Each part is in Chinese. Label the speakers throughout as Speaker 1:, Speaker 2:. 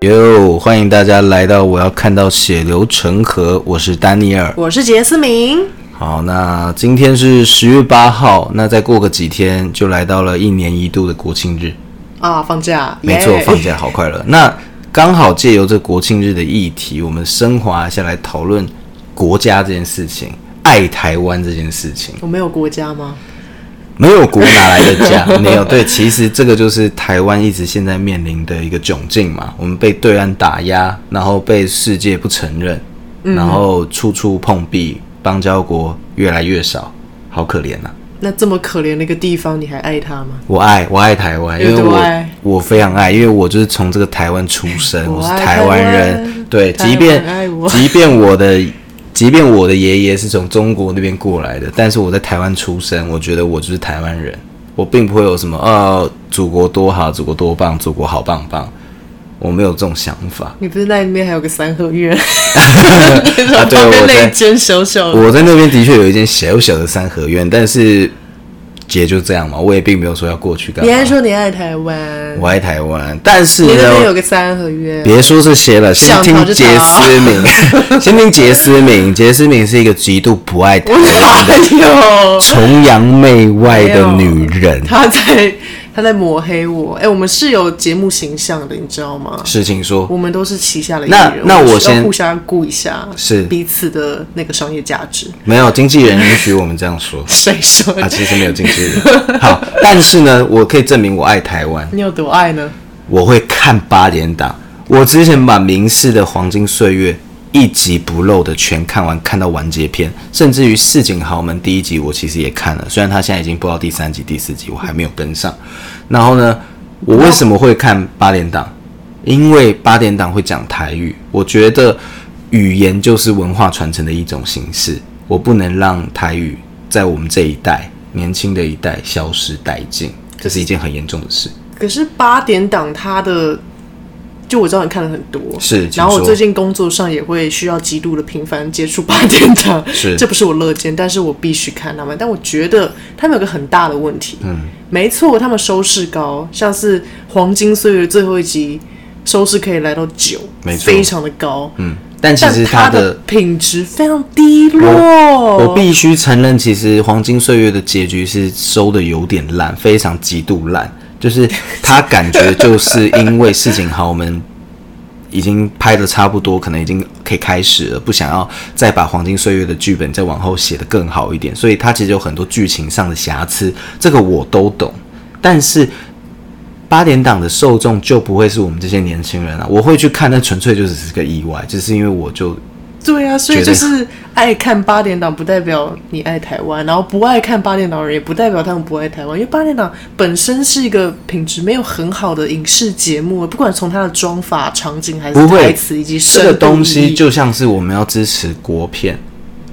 Speaker 1: 哟，欢迎大家来到我要看到血流成河，我是丹尼尔。
Speaker 2: 我是杰斯明，
Speaker 1: 好，那今天是十月八号，那再过个几天就来到了一年一度的国庆日，
Speaker 2: 啊，放假，
Speaker 1: 没错，
Speaker 2: 耶
Speaker 1: 放假好快乐。那刚好借由这国庆日的议题，我们升华下来讨论国家这件事情，爱台湾这件事情。
Speaker 2: 我们有国家吗？
Speaker 1: 没有国哪来的家？没有对，其实这个就是台湾一直现在面临的一个窘境嘛。我们被对岸打压，然后被世界不承认，然后处处碰壁，邦交国越来越少，好可怜呐、啊
Speaker 2: 那这么可怜的一个地方，你还爱他吗？
Speaker 1: 我爱我爱台湾，因为
Speaker 2: 有多
Speaker 1: 我
Speaker 2: 爱
Speaker 1: 我非常爱，因为我就是从这个台湾出生，
Speaker 2: 我
Speaker 1: 我是
Speaker 2: 爱
Speaker 1: 台湾
Speaker 2: 台
Speaker 1: 人。
Speaker 2: 湾
Speaker 1: 对，
Speaker 2: 台湾
Speaker 1: 即便
Speaker 2: 爱我
Speaker 1: 即便我的即便我的爷爷是从中国那边过来的，但是我在台湾出生，我觉得我就是台湾人，我并不会有什么哦，祖国多好，祖国多棒，祖国好棒棒，我没有这种想 法。
Speaker 2: 你不是在那边还有个三合院？
Speaker 1: 啊
Speaker 2: 啊
Speaker 1: 对我在
Speaker 2: 那一间小小的，
Speaker 1: 我在那边的确有一间小小的三合院，但是姐就这样嘛，我也并没有说要过去干
Speaker 2: 你还
Speaker 1: 嘛。
Speaker 2: 说你爱台湾？
Speaker 1: 我爱台湾，但是
Speaker 2: 你
Speaker 1: 呢，
Speaker 2: 那边有个三合院，
Speaker 1: 别说这些了，先
Speaker 2: 想
Speaker 1: 听
Speaker 2: 逃就逃
Speaker 1: 杰思 明，先听杰思明。杰思明是一个极度不爱台
Speaker 2: 我哪有？
Speaker 1: 崇洋媚外的女人。
Speaker 2: 他在他在抹黑我。哎、我们是有节目形象的，你知道吗？
Speaker 1: 事情说，
Speaker 2: 我们都是旗下的艺
Speaker 1: 那
Speaker 2: 人，
Speaker 1: 那
Speaker 2: 我们
Speaker 1: 我
Speaker 2: 需要
Speaker 1: 先
Speaker 2: 互相顾一下，
Speaker 1: 是
Speaker 2: 彼此的那个商业价值。
Speaker 1: 没有经纪人允许我们这样说
Speaker 2: 谁说的？
Speaker 1: 啊，其实没有经纪 人。好，但是呢，我可以证明我爱台湾，
Speaker 2: 你有多爱呢？
Speaker 1: 我会看八点档。我之前把明视的《黄金岁月》一集不漏的全看完，看到完结篇，甚至于《市井豪门》第一集我其实也看了，虽然它现在已经播到第三集、第四集，我还没有跟上。然后呢，我为什么会看八点档？因为八点档会讲台语，我觉得语言就是文化传承的一种形式，我不能让台语在我们这一代年轻的一代消失殆尽，这是一件很严重的事。
Speaker 2: 可是八点档它的，就我知道你看了很多，
Speaker 1: 是请
Speaker 2: 然后我
Speaker 1: 说
Speaker 2: 最近工作上也会需要极度的频繁接触八点档，
Speaker 1: 是
Speaker 2: 这不是我乐见，但是我必须看他们。但我觉得他们有个很大的问题，嗯，没错，他们收视高，像是《黄金岁月》最后一集收视可以来到九，
Speaker 1: 没错
Speaker 2: 非常的高，嗯，
Speaker 1: 但其实
Speaker 2: 但它
Speaker 1: 它的
Speaker 2: 品质非常低落。哦
Speaker 1: 我必须承认，其实《黄金岁月》的结局是收的有点烂，非常极度烂。就是他感觉就是因为事情好，我们已经拍的差不多，可能已经可以开始了，不想要再把《黄金岁月》的剧本再往后写得更好一点，所以它其实有很多剧情上的瑕疵，这个我都懂。但是八点档的受众就不会是我们这些年轻人啊，我会去看，那纯粹就只是个意外，只是因为我就
Speaker 2: 对啊，所以
Speaker 1: 绝对
Speaker 2: 就是爱看八点档，不代表你爱台湾；然后不爱看八点档的人，也不代表他们不爱台湾。因为八点档本身是一个品质没有很好的影视节目，不管从它的妆法、场景，还
Speaker 1: 不
Speaker 2: 是
Speaker 1: 会
Speaker 2: 台词以及
Speaker 1: 这个
Speaker 2: 深度
Speaker 1: 东
Speaker 2: 意
Speaker 1: 西
Speaker 2: 义
Speaker 1: 就像是我们要支持国片，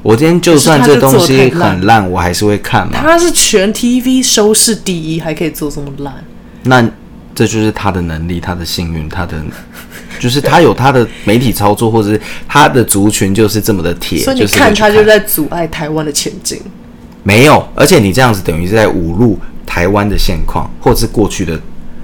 Speaker 1: 我今天就算这东西很烂，我还是会看嘛。
Speaker 2: 它是全 TV 收视第一，还可以做这么烂。
Speaker 1: 那这就是他的能力，他的幸运，他的就是他有他的媒体操作，或者是他的族群就是这么的铁，
Speaker 2: 所以
Speaker 1: 就
Speaker 2: 你
Speaker 1: 是会
Speaker 2: 看，
Speaker 1: 去
Speaker 2: 它就在阻碍台湾的前进。
Speaker 1: 没有，而且你这样子等于是在侮辱台湾的现况，或是过去的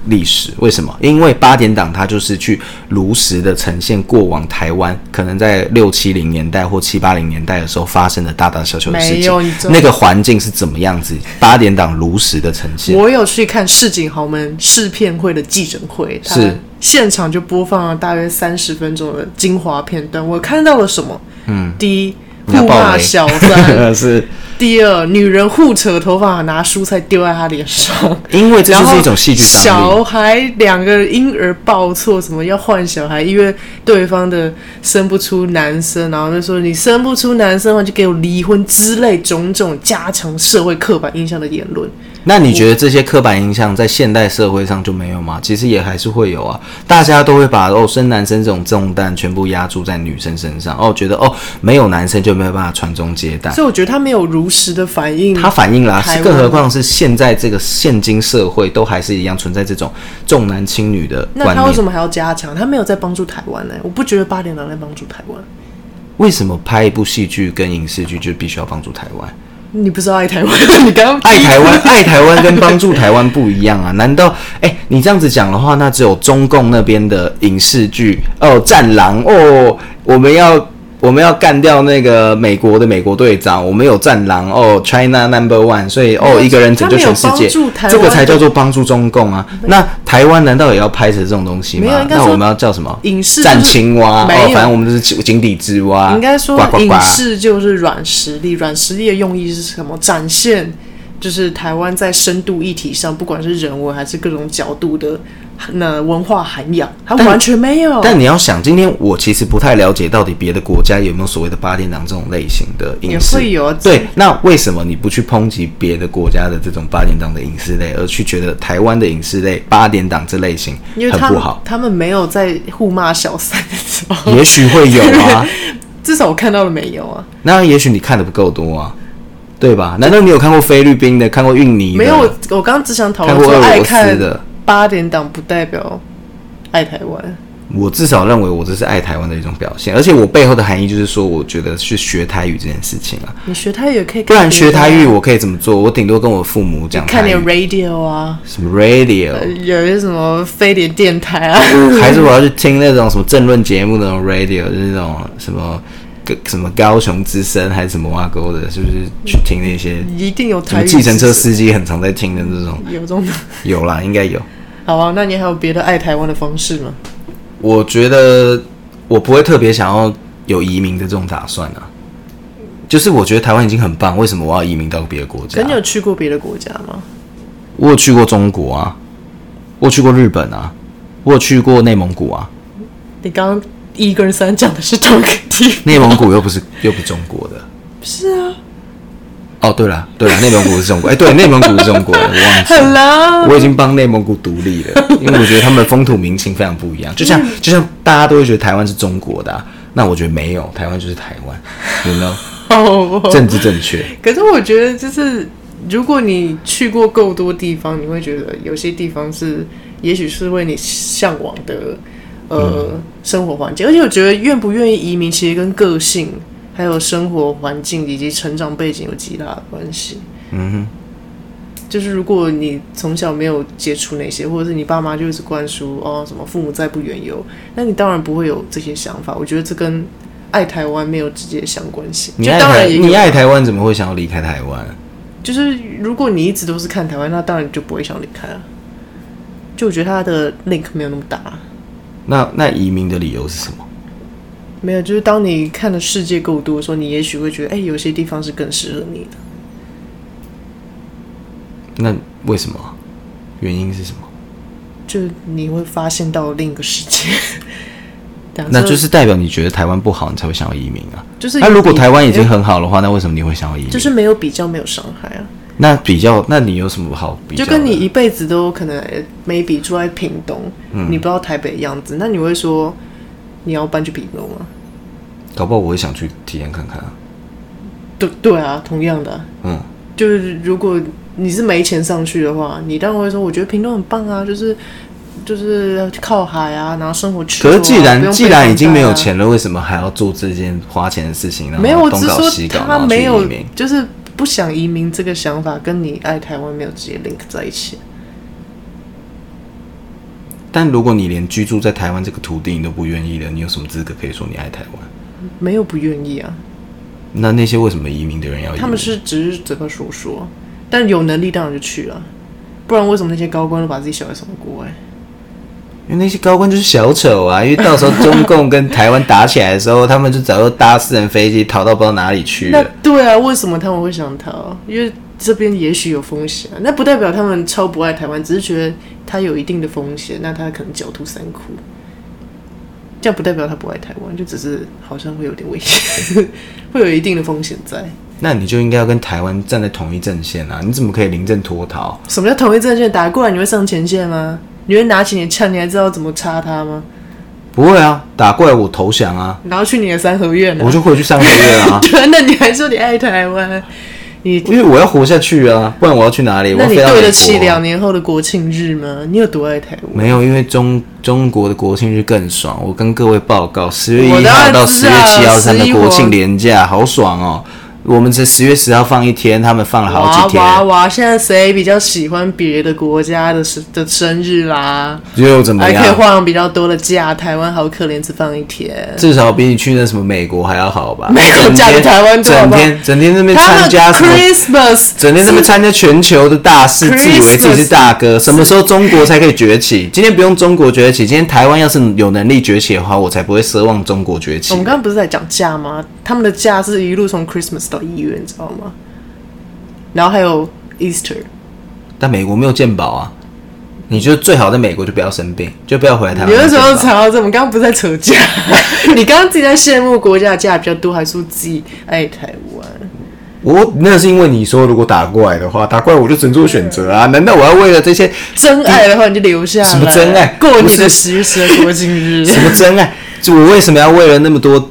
Speaker 1: 历史。为什么？因为八点档它就是去如实的呈现过往台湾可能在六七零年代或七八零年代的时候发生的大大小小的事
Speaker 2: 没
Speaker 1: 情
Speaker 2: 有你，真的
Speaker 1: 那个环境是怎么样子，八点档如实的呈现。
Speaker 2: 我有去看市井豪门试片会的记者会，他
Speaker 1: 是
Speaker 2: 现场就播放了大约三十分钟的精华片段。我看到了什么？嗯，第一，
Speaker 1: 你要
Speaker 2: 互
Speaker 1: 爆
Speaker 2: 骂
Speaker 1: 雷
Speaker 2: 小 三；
Speaker 1: 是
Speaker 2: 第二，女人互扯头发，拿蔬菜丢在他脸上。
Speaker 1: 因 为这
Speaker 2: 然
Speaker 1: 就
Speaker 2: 后
Speaker 1: 是一种戏剧张力。
Speaker 2: 小孩两个婴儿抱错，什么要换小孩，因为对方的生不出男生，然后就说你生不出男生的话就给我离婚之类种种加强社会刻板印象的言论。
Speaker 1: 那你觉得这些刻板印象在现代社会上就没有吗？其实也还是会有啊，大家都会把哦生男生这种重担全部压注在女生身上，哦觉得哦没有男生就没有办法传宗接代。
Speaker 2: 所以我觉得他没有如实的反映
Speaker 1: 它反映了、啊，
Speaker 2: 台
Speaker 1: 是
Speaker 2: 湾
Speaker 1: 更何况是现在这个现今社会都还是一样存在这种重男轻女的
Speaker 2: 那
Speaker 1: 观
Speaker 2: 他为
Speaker 1: 念。
Speaker 2: 什么还要加强？他没有在帮助台湾呢、我不觉得八点档在帮助台湾。
Speaker 1: 为什么拍一部戏剧跟影视剧就必须要帮助台湾？
Speaker 2: 你不知道爱台湾，你 刚刚
Speaker 1: 爱台湾，爱台湾跟帮助台湾不一样啊？难道哎、你这样子讲的话，那只有中共那边的影视剧哦，《战狼》哦，我们要我们要干掉那个美国的美国队长，我们有《战狼》哦，China Number One，所以哦，一个人拯救全世界
Speaker 2: 他没有帮助台，湾
Speaker 1: 这个才叫做帮助中共啊。那台湾难道也要拍成这种东西
Speaker 2: 没
Speaker 1: 吗
Speaker 2: 有应？该
Speaker 1: 那
Speaker 2: 说
Speaker 1: 我们要叫什么？
Speaker 2: 影视
Speaker 1: 战
Speaker 2: 就是
Speaker 1: 青蛙哦
Speaker 2: 没有，
Speaker 1: 反正我们就是井底之蛙。
Speaker 2: 应该说
Speaker 1: 呱呱呱
Speaker 2: 影视就是软实力，软实力的用意是什么？展现就是台湾在深度议题上，不管是人文还是各种角度的那呃文化涵养，它
Speaker 1: 但
Speaker 2: 完全没有。
Speaker 1: 但你要想，今天我其实不太了解到底别的国家有没有所谓的八点档这种类型的影视，
Speaker 2: 也会有啊
Speaker 1: 对，那为什么你不去抨击别的国家的这种八点档的影视类，而去觉得台湾的影视类八点档这类型
Speaker 2: 因为
Speaker 1: 很
Speaker 2: 他
Speaker 1: 不
Speaker 2: 们
Speaker 1: 好？
Speaker 2: 他们没有在互骂小三的时候，
Speaker 1: 也许会有啊，
Speaker 2: 至少我看到了没有啊？
Speaker 1: 那也许你看的不够多啊，对吧？难道你有看过菲律宾的，看过印尼的，
Speaker 2: 没有，我我刚刚只想讨
Speaker 1: 看
Speaker 2: 论
Speaker 1: 过
Speaker 2: 说，
Speaker 1: 俄
Speaker 2: 爱
Speaker 1: 罗斯
Speaker 2: 看
Speaker 1: 的？
Speaker 2: 八点档不代表爱台湾。
Speaker 1: 我至少认为我这是爱台湾的一种表现，而且我背后的含义就是说，我觉得去学台语这件事情啊，
Speaker 2: 你学台语也可以看别的啊，
Speaker 1: 不然学台语我可以怎么做？我顶多跟我父母讲
Speaker 2: 看
Speaker 1: 台
Speaker 2: 点
Speaker 1: 语，
Speaker 2: radio 啊，
Speaker 1: 什么 radio，
Speaker 2: 呃有一些什么非典电台啊。
Speaker 1: 还是我要去听那种什么政论节目的那种 radio，就是那种什么什么高雄之声还是什么挖沟的，是不是去听那些
Speaker 2: 一定有
Speaker 1: 什
Speaker 2: 台
Speaker 1: 么
Speaker 2: 语
Speaker 1: 计程车
Speaker 2: 知识
Speaker 1: 司机很常在听的那种？
Speaker 2: 有这种。
Speaker 1: 有啦，应该有。
Speaker 2: 好啊，那你还有别的爱台湾的方式吗？
Speaker 1: 我觉得我不会特别想要有移民的这种打算啊。就是我觉得台湾已经很棒，为什么我要移民到别的国家
Speaker 2: 可？你有去过别的国家吗？
Speaker 1: 我有去过中国啊，我有去过日本啊，我有去过内蒙古啊。
Speaker 2: 你刚刚一跟三讲的是同一个地方，
Speaker 1: 内蒙古又不是又不是中国的。
Speaker 2: 是啊，
Speaker 1: 哦，对了对 了，内蒙古是中国，哎、对，内蒙古是中国的，我忘记
Speaker 2: 好
Speaker 1: 了。
Speaker 2: 啦，
Speaker 1: 我已经帮内蒙古独立了，因为我觉得他们的风土民情非常不一样。就像就像大家都会觉得台湾是中国的啊、那我觉得没有，台湾就是台 湾，you know，
Speaker 2: 哦，
Speaker 1: 政治正 确。
Speaker 2: 可是我觉得就是。如果你去过够多地方，你会觉得有些地方是，也许是为你向往的，呃，
Speaker 1: 嗯
Speaker 2: 生活环境。而且我觉得愿不愿意移民，其实跟个性、还有生活环境以及成长背景有极大的关系。
Speaker 1: 嗯
Speaker 2: 就是如果你从小没有接触那些，或者是你爸妈就一直灌输哦什么父母在不远游，那你当然不会有这些想法。我觉得这跟爱台湾没有直接相关性。
Speaker 1: 哼，你
Speaker 2: 就
Speaker 1: 爱
Speaker 2: 当
Speaker 1: 台
Speaker 2: 然也
Speaker 1: 你
Speaker 2: 有，
Speaker 1: 爱台湾，怎么会想要离开台湾？
Speaker 2: 就是如果你一直都是看台湾，那当然你就不会想离开啊。就我觉得它的 link 没有那么大，
Speaker 1: 那那移民的理由是什么？
Speaker 2: 没有，就是当你看的世界够多的时候，你也许会觉得，哎、有些地方是更适合你的。
Speaker 1: 那为什么？原因是什么？
Speaker 2: 就你会发现到另一个世界， 对啊
Speaker 1: 那
Speaker 2: 这
Speaker 1: 就是代表你觉得台湾不好，你才会想要移民啊。
Speaker 2: 就是
Speaker 1: 那如果
Speaker 2: 你哎
Speaker 1: 台湾已经很好的话，那为什么你会想要移民？
Speaker 2: 就是没有比较，没有伤害啊。
Speaker 1: 那比较，那你有什么好比较
Speaker 2: 就
Speaker 1: 的？
Speaker 2: 跟你一辈子都可能呃 maybe 住在屏东，
Speaker 1: 嗯
Speaker 2: 你不知道台北的样子，那你会说你要搬去屏东吗？
Speaker 1: 搞不好我也想去体验看看啊。
Speaker 2: 对对啊，同样的啊、
Speaker 1: 嗯，
Speaker 2: 就是如果你是没钱上去的话，你当然会说我觉得屏东很棒啊，就是就是靠海啊，然后生活去、啊。
Speaker 1: 可是既然、
Speaker 2: 不用被
Speaker 1: 既然已经没有
Speaker 2: 绑架啊
Speaker 1: 钱了，为什么还要做这件花钱的事情？然后
Speaker 2: 没有，我
Speaker 1: 东
Speaker 2: 只
Speaker 1: 搞
Speaker 2: 是
Speaker 1: 西
Speaker 2: 说
Speaker 1: 搞，
Speaker 2: 他
Speaker 1: 然后
Speaker 2: 没
Speaker 1: 去
Speaker 2: 有
Speaker 1: 移民。，
Speaker 2: 就是不想移民这个想法跟你爱台湾没有直接 link 在一起。
Speaker 1: 但如果你连居住在台湾这个土地你都不愿意了，你有什么资格可以说你爱台湾？
Speaker 2: 没有不愿意啊，
Speaker 1: 那那些为什么移民的人要移民？
Speaker 2: 他们是只是嘴巴说说，但有能力当然就去了，不然为什么那些高官都把自己小孩送到国外？
Speaker 1: 因为那些高官就是小丑啊！因为到时候中共跟台湾打起来的时候， 他们就早就搭私人飞机逃到不知道哪里去
Speaker 2: 那
Speaker 1: 了。
Speaker 2: 对啊，为什么他们会想逃？因为这边也许有风险啊、那不代表他们超不爱台湾，只是觉得他有一定的风险，那他可能狡兔三窟。这样不代表他不爱台湾，就只是好像会有点危险， 会有一定的风险在。
Speaker 1: 那你就应该要跟台湾站在同一阵线啊！你怎么可以临阵脱逃？
Speaker 2: 什么叫同一阵线？打过来你会上前线吗？你会拿起你的枪，你还知道怎么插他吗？
Speaker 1: 不会啊，打过来我投降啊，
Speaker 2: 然后去你的三合院、啊，，
Speaker 1: 我就回去上个月啊
Speaker 2: 对，那你还说你爱台湾？你
Speaker 1: 因为我要活下去啊，不然我要去哪里？我
Speaker 2: 那
Speaker 1: 要
Speaker 2: 你
Speaker 1: 飞到
Speaker 2: 对
Speaker 1: 美
Speaker 2: 得
Speaker 1: 国啊
Speaker 2: 起两年后的国庆日吗？你有多爱台湾？
Speaker 1: 没有，因为中中国的国庆日更爽。我跟各位报告，十月
Speaker 2: 我
Speaker 1: 一
Speaker 2: 当
Speaker 1: 号
Speaker 2: 然
Speaker 1: 到
Speaker 2: 知
Speaker 1: 十
Speaker 2: 道
Speaker 1: 月七号
Speaker 2: 11
Speaker 1: 三的国
Speaker 2: 我
Speaker 1: 庆连假，好爽哦！我们这十月十号放一天，他们放了好
Speaker 2: 哇
Speaker 1: 几天，
Speaker 2: 哇哇！现在谁比较喜欢别的国家的生的生日啦？
Speaker 1: 又怎么
Speaker 2: 还可以
Speaker 1: 样？
Speaker 2: 放比较多的假，台湾好可怜，只放一天。
Speaker 1: 至少比你去那什么美国还要好吧？
Speaker 2: 没有
Speaker 1: 整
Speaker 2: 假
Speaker 1: 天
Speaker 2: 的台湾多好
Speaker 1: 整
Speaker 2: 不好
Speaker 1: 天整天那边
Speaker 2: 他
Speaker 1: 参
Speaker 2: 们
Speaker 1: 加什么？
Speaker 2: Christmas
Speaker 1: 整天在那边参加全球的大事，
Speaker 2: Christmas
Speaker 1: 自以为自己是大哥。什么时候中国才可以崛起？今天不用中国崛起，今天台湾要是有能力崛起的话，我才不会奢望中国崛起
Speaker 2: 我。们刚刚不是在讲假吗？他们的假是一路从 Christmas 到一月，你知道吗？然后还有 Easter，
Speaker 1: 但美国没有健保啊，你就最好在美国就不要生病，就不要回来台湾。
Speaker 2: 你为什么吵到这？我们刚刚不是在扯架？ 你刚刚自己在羡慕国家的假比较多，还说自己爱台湾？
Speaker 1: 我那是因为你说，如果打过来的话，打过来我就只能做选择啊！ 难道我要为了这些
Speaker 2: 真爱的话你就留下来。
Speaker 1: 什么真爱
Speaker 2: 过
Speaker 1: 不
Speaker 2: 你
Speaker 1: 是
Speaker 2: 的十月十二国庆日。
Speaker 1: 什么真爱？就我为什么要为了那么多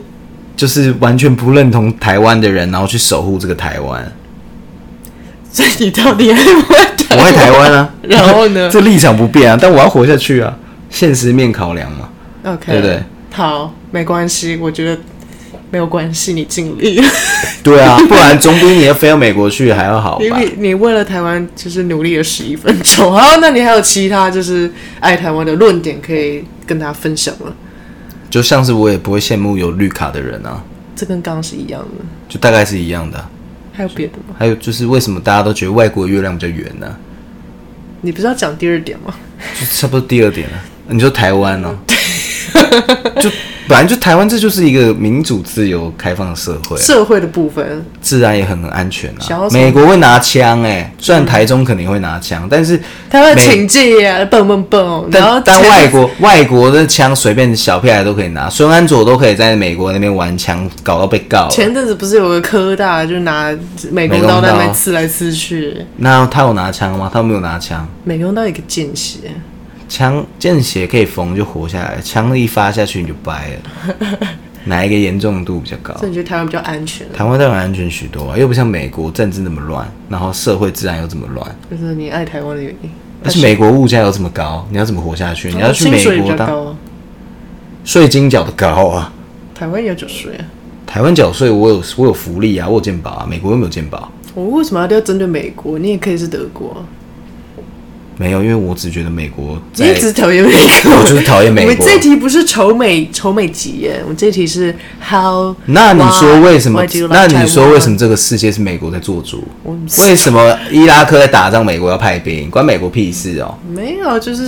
Speaker 1: 就是完全不认同台湾的人，然后去守护这个台湾？
Speaker 2: 所以你到底爱不爱台
Speaker 1: 我爱台湾啊，
Speaker 2: 然后呢
Speaker 1: 这立场不变啊，但我要活下去啊，现实面考量嘛。
Speaker 2: ？OK，
Speaker 1: 对不对？
Speaker 2: 好，没关系，我觉得没有关系，你 尽力。
Speaker 1: 对 啊，不然总比你要飞到美国去还要好
Speaker 2: 你
Speaker 1: 吧？
Speaker 2: 你你为了台湾就是努力了十一分钟，好，那你还有其他就是爱台湾的论点可以跟大家分享吗？
Speaker 1: 就像是我也不会羡慕有绿卡的人啊，
Speaker 2: 这跟刚刚是一样的，
Speaker 1: 就大概是一样的啊。
Speaker 2: 还有别的吗？
Speaker 1: 还有就是为什么大家都觉得外国的月亮比较圆呢、
Speaker 2: 你不是要讲第二点吗？
Speaker 1: 就差不多第二点了、你说台湾 呢、就本来就台湾这就是一个民主、自由、开放的社会啊，
Speaker 2: 社会的部分，
Speaker 1: 治安也很很安全
Speaker 2: 想
Speaker 1: 啊
Speaker 2: 要。从
Speaker 1: 美国会拿枪哎、虽然台中肯定会拿枪，但是
Speaker 2: 台湾的
Speaker 1: 美
Speaker 2: 请戒啊，蹦蹦蹦，然后
Speaker 1: 但但
Speaker 2: 前
Speaker 1: 外国外国的枪随便小屁孩都可以拿，孙安佐都可以在美国那边玩枪，搞到被告了。
Speaker 2: 前阵子不是有个科大就拿美工刀在那边刺来刺去，
Speaker 1: 那他有拿枪吗？他没有拿枪，
Speaker 2: 美工刀一个见血，
Speaker 1: 枪见血可以缝就活下来，枪一发下去你就掰了。 哪一个严重度比较高
Speaker 2: 所？以你觉得台湾比较安全？
Speaker 1: 台湾当然安全许多啊，又不像美国政治那么乱，然后社会治安又这么乱，
Speaker 2: 就是你爱台湾的原因。
Speaker 1: 而且美国物价又这么高，你要怎么活下去？你要去
Speaker 2: 哦薪
Speaker 1: 美
Speaker 2: 水比
Speaker 1: 国
Speaker 2: 较
Speaker 1: 当
Speaker 2: 高啊，
Speaker 1: 税金缴的高啊，
Speaker 2: 台湾也有缴税啊。
Speaker 1: 台湾缴税我有我有福利啊，我有健保啊，美国又没有健保。
Speaker 2: 我为什么要要针对美国？你也可以是德国啊，
Speaker 1: 没有，因为我只觉得美国
Speaker 2: 你
Speaker 1: 在
Speaker 2: 也只是讨厌美 国。
Speaker 1: 我就是讨厌美国
Speaker 2: 我们这题不是仇美仇美集耶，我们这题是 how。
Speaker 1: 那你说为什么
Speaker 2: why do you？like
Speaker 1: 那你说
Speaker 2: Taiwan？
Speaker 1: 为什么这个世界是美国在做主
Speaker 2: 我？
Speaker 1: 为什么伊拉克在打仗，美国要派兵？关美国屁事哦！
Speaker 2: 没有？就是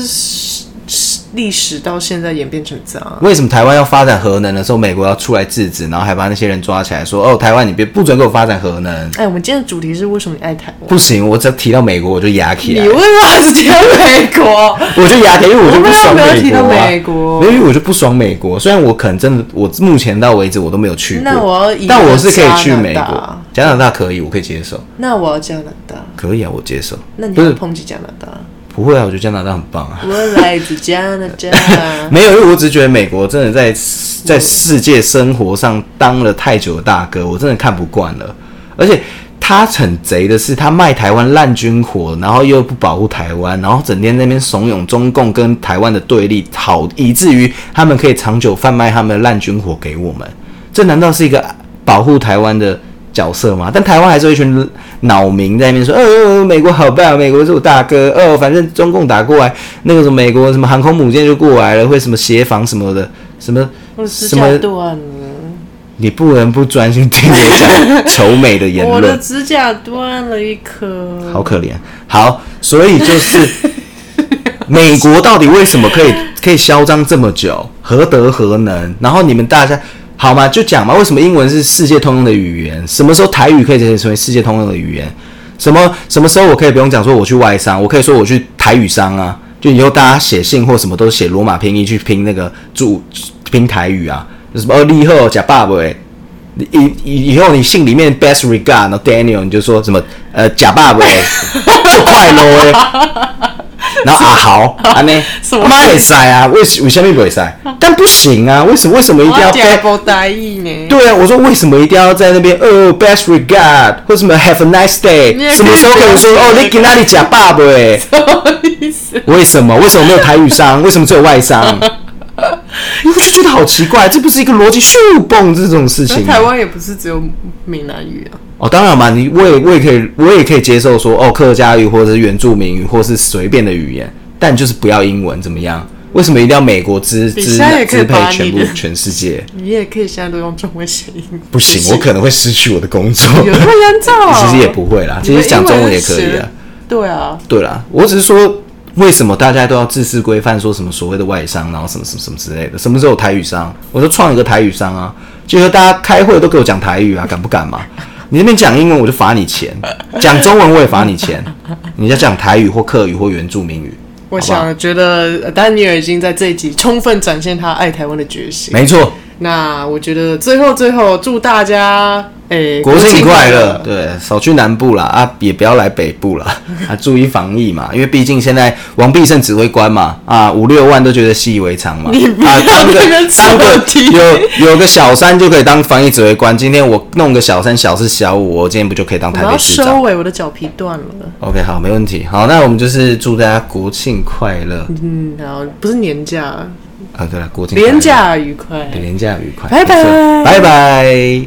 Speaker 2: 历史到现在演变成这样啊。
Speaker 1: 为什么台湾要发展核能的时候，美国要出来制止，然后还把那些人抓起来说：“哦，台湾你别不准给我发展核能，
Speaker 2: 哎，我们今天的主题是为什么你爱台湾？
Speaker 1: 不行！”我只要提到美国，我就牙起
Speaker 2: 你
Speaker 1: 来
Speaker 2: 为，什么只提到美国？
Speaker 1: 我就牙起来，因为我就不爽
Speaker 2: 我们
Speaker 1: 美
Speaker 2: 没有提
Speaker 1: 国、
Speaker 2: 到
Speaker 1: 啊。
Speaker 2: 美国
Speaker 1: 没有因为我就不爽美国。虽然我可能真的，我目前到为止我都没有去过，
Speaker 2: 那我要以
Speaker 1: 但我是可以去
Speaker 2: 加拿大
Speaker 1: 美国，加拿大可以，我可以接受。
Speaker 2: 那我要加拿大，
Speaker 1: 可以啊，我接受。
Speaker 2: 那你
Speaker 1: 不
Speaker 2: 要
Speaker 1: 是
Speaker 2: 抨击加拿大？
Speaker 1: 不会啊，我觉得加拿大很棒啊。
Speaker 2: 我来自加拿大，
Speaker 1: 没有，因为我只是觉得美国真的在在世界生活上当了太久的大哥，我真的看不惯了。而且他很贼的是，他卖台湾烂军火，然后又不保护台湾，然后整天在那边怂恿中共跟台湾的对立，好以至于他们可以长久贩卖他们的烂军火给我们。这难道是一个保护台湾的角色吗？但台湾还是有一群脑民在那边说，哦、哦哦美国好棒，美国是我大哥，哦，反正中共打过来，那个什么美国什么航空母舰就过来了，会什么协防什么的，什么
Speaker 2: 我是
Speaker 1: 什么
Speaker 2: 下，断了。
Speaker 1: 你不能不专心听 我讲仇美的言
Speaker 2: 我的
Speaker 1: 论，
Speaker 2: 指甲断了一颗，
Speaker 1: 好可怜。好，所以就是美国到底为什么可以可以嚣张这么久，何德何能？然后你们大家好吗？就讲嘛，为什么英文是世界通用的语言？什么时候台语可以成为世界通用的语言？什么什么时候我可以不用讲说我去外商，我可以说我去台语商啊？就以后大家写信或什么都写罗马拼音去拼那个注拼台语啊，就什么利后假爸爸欸以以以后你信里面 best regard，然后 Daniel 你就说什么呃假爸 爸欸，就快乐欸然后阿豪，安呢，
Speaker 2: 什么
Speaker 1: 妈也塞啊，为什为什么不会塞？但不行啊，为什为什么一定要
Speaker 2: 我假
Speaker 1: best？
Speaker 2: 不答应呢。
Speaker 1: 对啊，我说为什么一定要在那边哦 best regard 或什么 have a nice
Speaker 2: 你
Speaker 1: day？
Speaker 2: 也可以
Speaker 1: 什么时候可以说哦你给那里假爸爸哎？
Speaker 2: 什么意思？
Speaker 1: 为什么？为什么没有台语商？为什么只有外 商？我就觉得好奇怪，这不是一个逻辑树蹦这种事
Speaker 2: 那
Speaker 1: 情吗。
Speaker 2: 台湾也不是只有闽南语啊，
Speaker 1: 哦，当然嘛，你我也我也可以我也可以接受说哦，客家语或者是原住民语或是随便的语言，但就是不要英文，怎么样？为什么一定要美国支
Speaker 2: 你
Speaker 1: 支
Speaker 2: 现在也可以
Speaker 1: 支配
Speaker 2: 把你
Speaker 1: 全部
Speaker 2: 的
Speaker 1: 全世界？
Speaker 2: 你也可以现在都用中文写英文，
Speaker 1: 不行，我可能会失去我的工作。？
Speaker 2: 有啊那么严重
Speaker 1: 其实也不会啦，
Speaker 2: 你
Speaker 1: 其
Speaker 2: 的
Speaker 1: 实讲中文也可
Speaker 2: 英
Speaker 1: 以
Speaker 2: 文
Speaker 1: 啊
Speaker 2: 是。对啊，
Speaker 1: 对啦，我只是说为什么大家都要自私规范，说什么所谓的外商，然后什么什么什么之类的，什么时候有台语商？我就创一个台语商啊，就是大家开会都给我讲台语啊，敢不敢嘛？你那边讲英文我就罚你钱，讲中文我也罚你钱，你要讲台语或客语或原住民语，
Speaker 2: 我
Speaker 1: 好不好
Speaker 2: 想觉得呃丹尼尔已经在这一集充分展现他爱台湾的决心。
Speaker 1: 没错，
Speaker 2: 那我觉得最后最后祝大家诶、
Speaker 1: 国庆快乐，
Speaker 2: 乐！
Speaker 1: 对，少去南部啦，啊，也不要来北部啦， 啊，注意防疫嘛，因为毕竟现在王必胜指挥官嘛，啊，五六万都觉得习以为常嘛，啊，当个
Speaker 2: 这个
Speaker 1: 当
Speaker 2: 扯题
Speaker 1: 个有有个小三就可以当防疫指挥官，今天我弄个小三、小四、小五，我今天不就可以当
Speaker 2: 我
Speaker 1: 台
Speaker 2: 要
Speaker 1: 北市长
Speaker 2: 收尾，我的脚皮断了。
Speaker 1: ？OK，好，没问题，好，那我们就是祝大家国庆快乐，
Speaker 2: 嗯，然后不是年假，
Speaker 1: 啊，对了，国庆快乐
Speaker 2: 廉，假愉快。
Speaker 1: 对廉价愉快，
Speaker 2: 拜拜
Speaker 1: 没错拜拜。